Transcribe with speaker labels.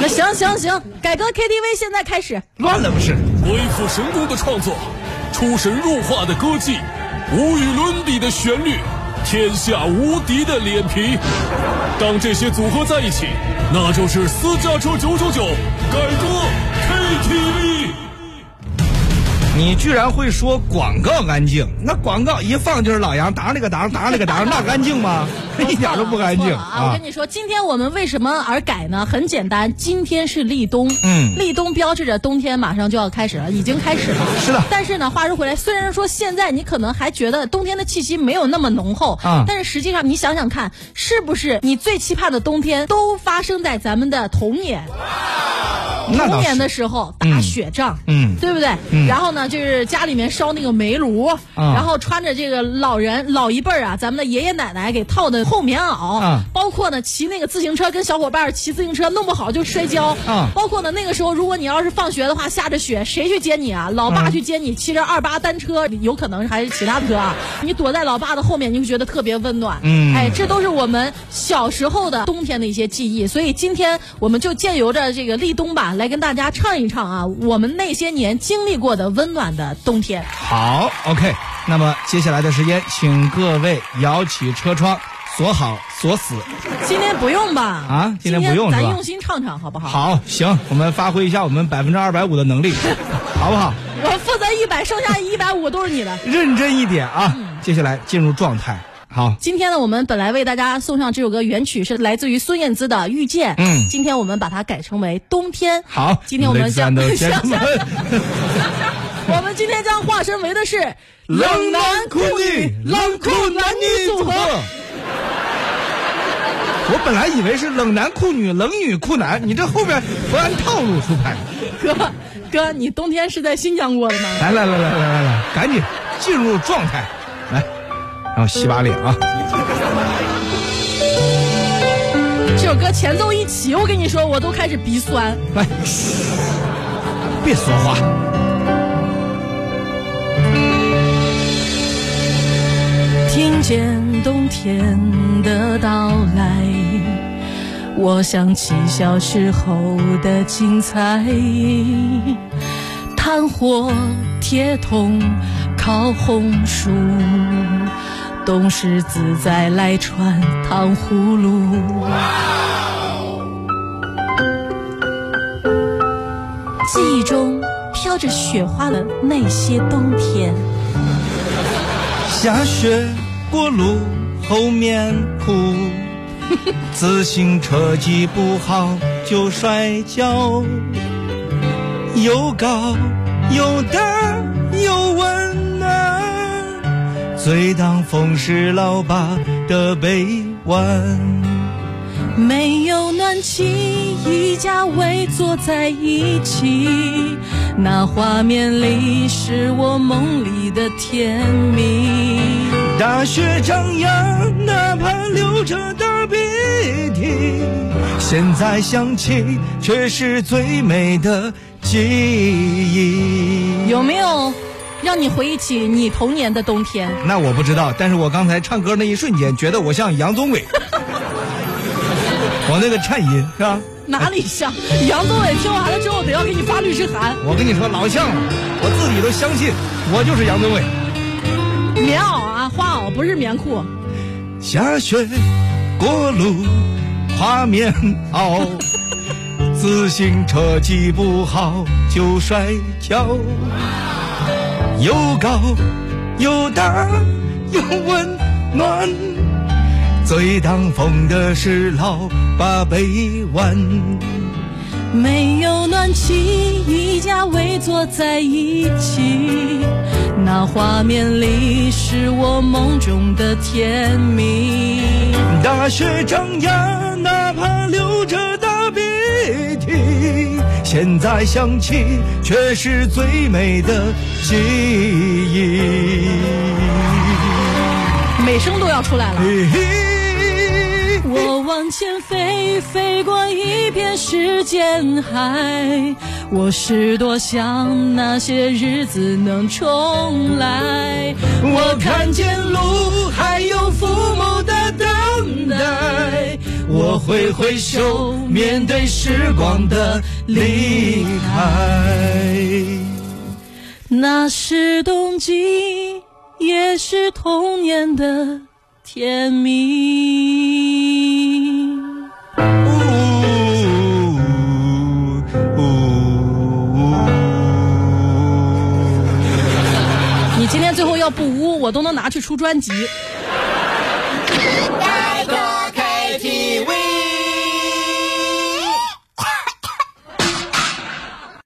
Speaker 1: 那行行行，改革 KTV 现在开始。
Speaker 2: 乱了不是？
Speaker 3: 鬼斧神工的创作，出神入化的歌技，无与伦比的旋律，天下无敌的脸皮。当这些组合在一起，那就是私家车九九九改革 KTV。
Speaker 2: 你居然会说广告干净？那广告一放就是老杨，当了个当，当了 个当，那干净吗？ 一点都不干净
Speaker 1: 我错了啊！我跟你说，今天我们为什么而改呢？很简单，今天是立冬，
Speaker 2: 嗯
Speaker 1: 立冬标志着冬天马上就要开始了，已经开始了。
Speaker 2: 是的
Speaker 1: 但是呢，话说回来，虽然说现在你可能还觉得冬天的气息没有那么浓厚，
Speaker 2: 啊
Speaker 1: 但是实际上你想想看，是不是你最期盼的冬天都发生在咱们的童年？
Speaker 2: 那
Speaker 1: 童
Speaker 2: 倒
Speaker 1: 年
Speaker 2: 是
Speaker 1: 的时候打雪仗，
Speaker 2: 嗯啊
Speaker 1: 对不对？然后呢，就是家里面烧那个煤炉，然后穿着这个老人老一辈儿啊，咱们的爷爷奶奶给套的厚棉袄，
Speaker 2: 啊
Speaker 1: 包括呢骑那个自行车跟小伙伴儿骑自行车，弄不好就摔跤，
Speaker 2: 啊
Speaker 1: 包括呢那个时候，如果你要是放学的话，下着雪，谁去接你啊？老爸去接你，骑着二八单车，有可能还是其他车啊，你躲在老爸的后面，你会觉得特别温暖，
Speaker 2: 嗯
Speaker 1: 哎，这都是我们小时候的冬天的一些记忆，所以今天我们就借由着这个立冬吧，来跟大家唱一唱啊，我们那些年经历过的温暖的冬天。
Speaker 2: 好，OK。那么接下来的时间，请各位摇起车窗，锁好锁死。
Speaker 1: 今天不用吧？
Speaker 2: 啊今
Speaker 1: 今
Speaker 2: 天不用
Speaker 1: 咱
Speaker 2: 是吧
Speaker 1: 用心唱唱好不好？，
Speaker 2: 好，行，我们发挥一下我们百分之二百五的能力， 好不好？
Speaker 1: 我负责一百，剩下一百五都是你的。
Speaker 2: 认真一点啊！
Speaker 1: 嗯
Speaker 2: 接下来进入状态，好，
Speaker 1: 今天呢，我们本来为大家送上这首歌，原曲是来自于孙燕姿的《遇见》。
Speaker 2: 嗯
Speaker 1: 今天我们把它改成为《冬天》。
Speaker 2: 好。
Speaker 1: 今天我们将
Speaker 2: Ladies and
Speaker 1: 将
Speaker 2: gentlemen
Speaker 1: 我们今天将化身为的是
Speaker 2: 我本来以为是冷男酷女、冷女酷男，你这后边不按套路出牌。
Speaker 1: 哥哥，你冬天是在新疆过的吗？
Speaker 2: 来来来来来来来，赶紧进入状态，来，然后洗把脸啊！
Speaker 1: 这首歌前奏一起，我跟你说，我都开始鼻酸。
Speaker 2: 来，嘘，别说话。
Speaker 1: 听见冬天的到来，我想起小时候的精彩。炭火、铁桶、烤红薯，冬日自在来串糖葫芦。记忆中飘着雪花的那些冬天。
Speaker 2: 下雪过路后面哭，自行车技不好就摔跤，又高又大又温暖，最当风是老爸的臂弯。
Speaker 1: 没有暖气，一家围坐在一起，那画面里是我梦里的甜蜜。
Speaker 2: 大雪张扬，啊哪怕流着大鼻涕，现在想起却是最美的记忆。
Speaker 1: 有没有让你回忆起你童年的冬天？
Speaker 2: 那我不知道，但是我刚才唱歌那一瞬间，觉得我像杨宗纬， 我那个颤音是吧？
Speaker 1: 哪里像杨宗纬？听完了之后得要给你发律师函。
Speaker 2: 我跟你说老像了，我自己都相信我就是杨宗纬。
Speaker 1: 棉袄啊，花袄不是棉裤。
Speaker 2: 下雪过路，画面袄，自行车技不好就摔跤，又高又大又温暖，最挡风的是老爸臂弯。
Speaker 1: 没有暖气，一家围坐在一起，那画面里是我梦中的甜蜜。
Speaker 2: 大雪张扬，哪怕流着大鼻涕，现在想起却是最美的记忆。
Speaker 1: 美声都要出来了。
Speaker 2: 嘿嘿
Speaker 1: 我我往前飞，飞过一片时间海。我是多想那些日子能重来。
Speaker 2: 我看见路，还有父母的等待。我挥挥手，面对时光的离开。
Speaker 1: 那是冬季，也是童年的甜蜜。
Speaker 2: 呜
Speaker 1: 你今天最后要不污，我都能拿去出专辑。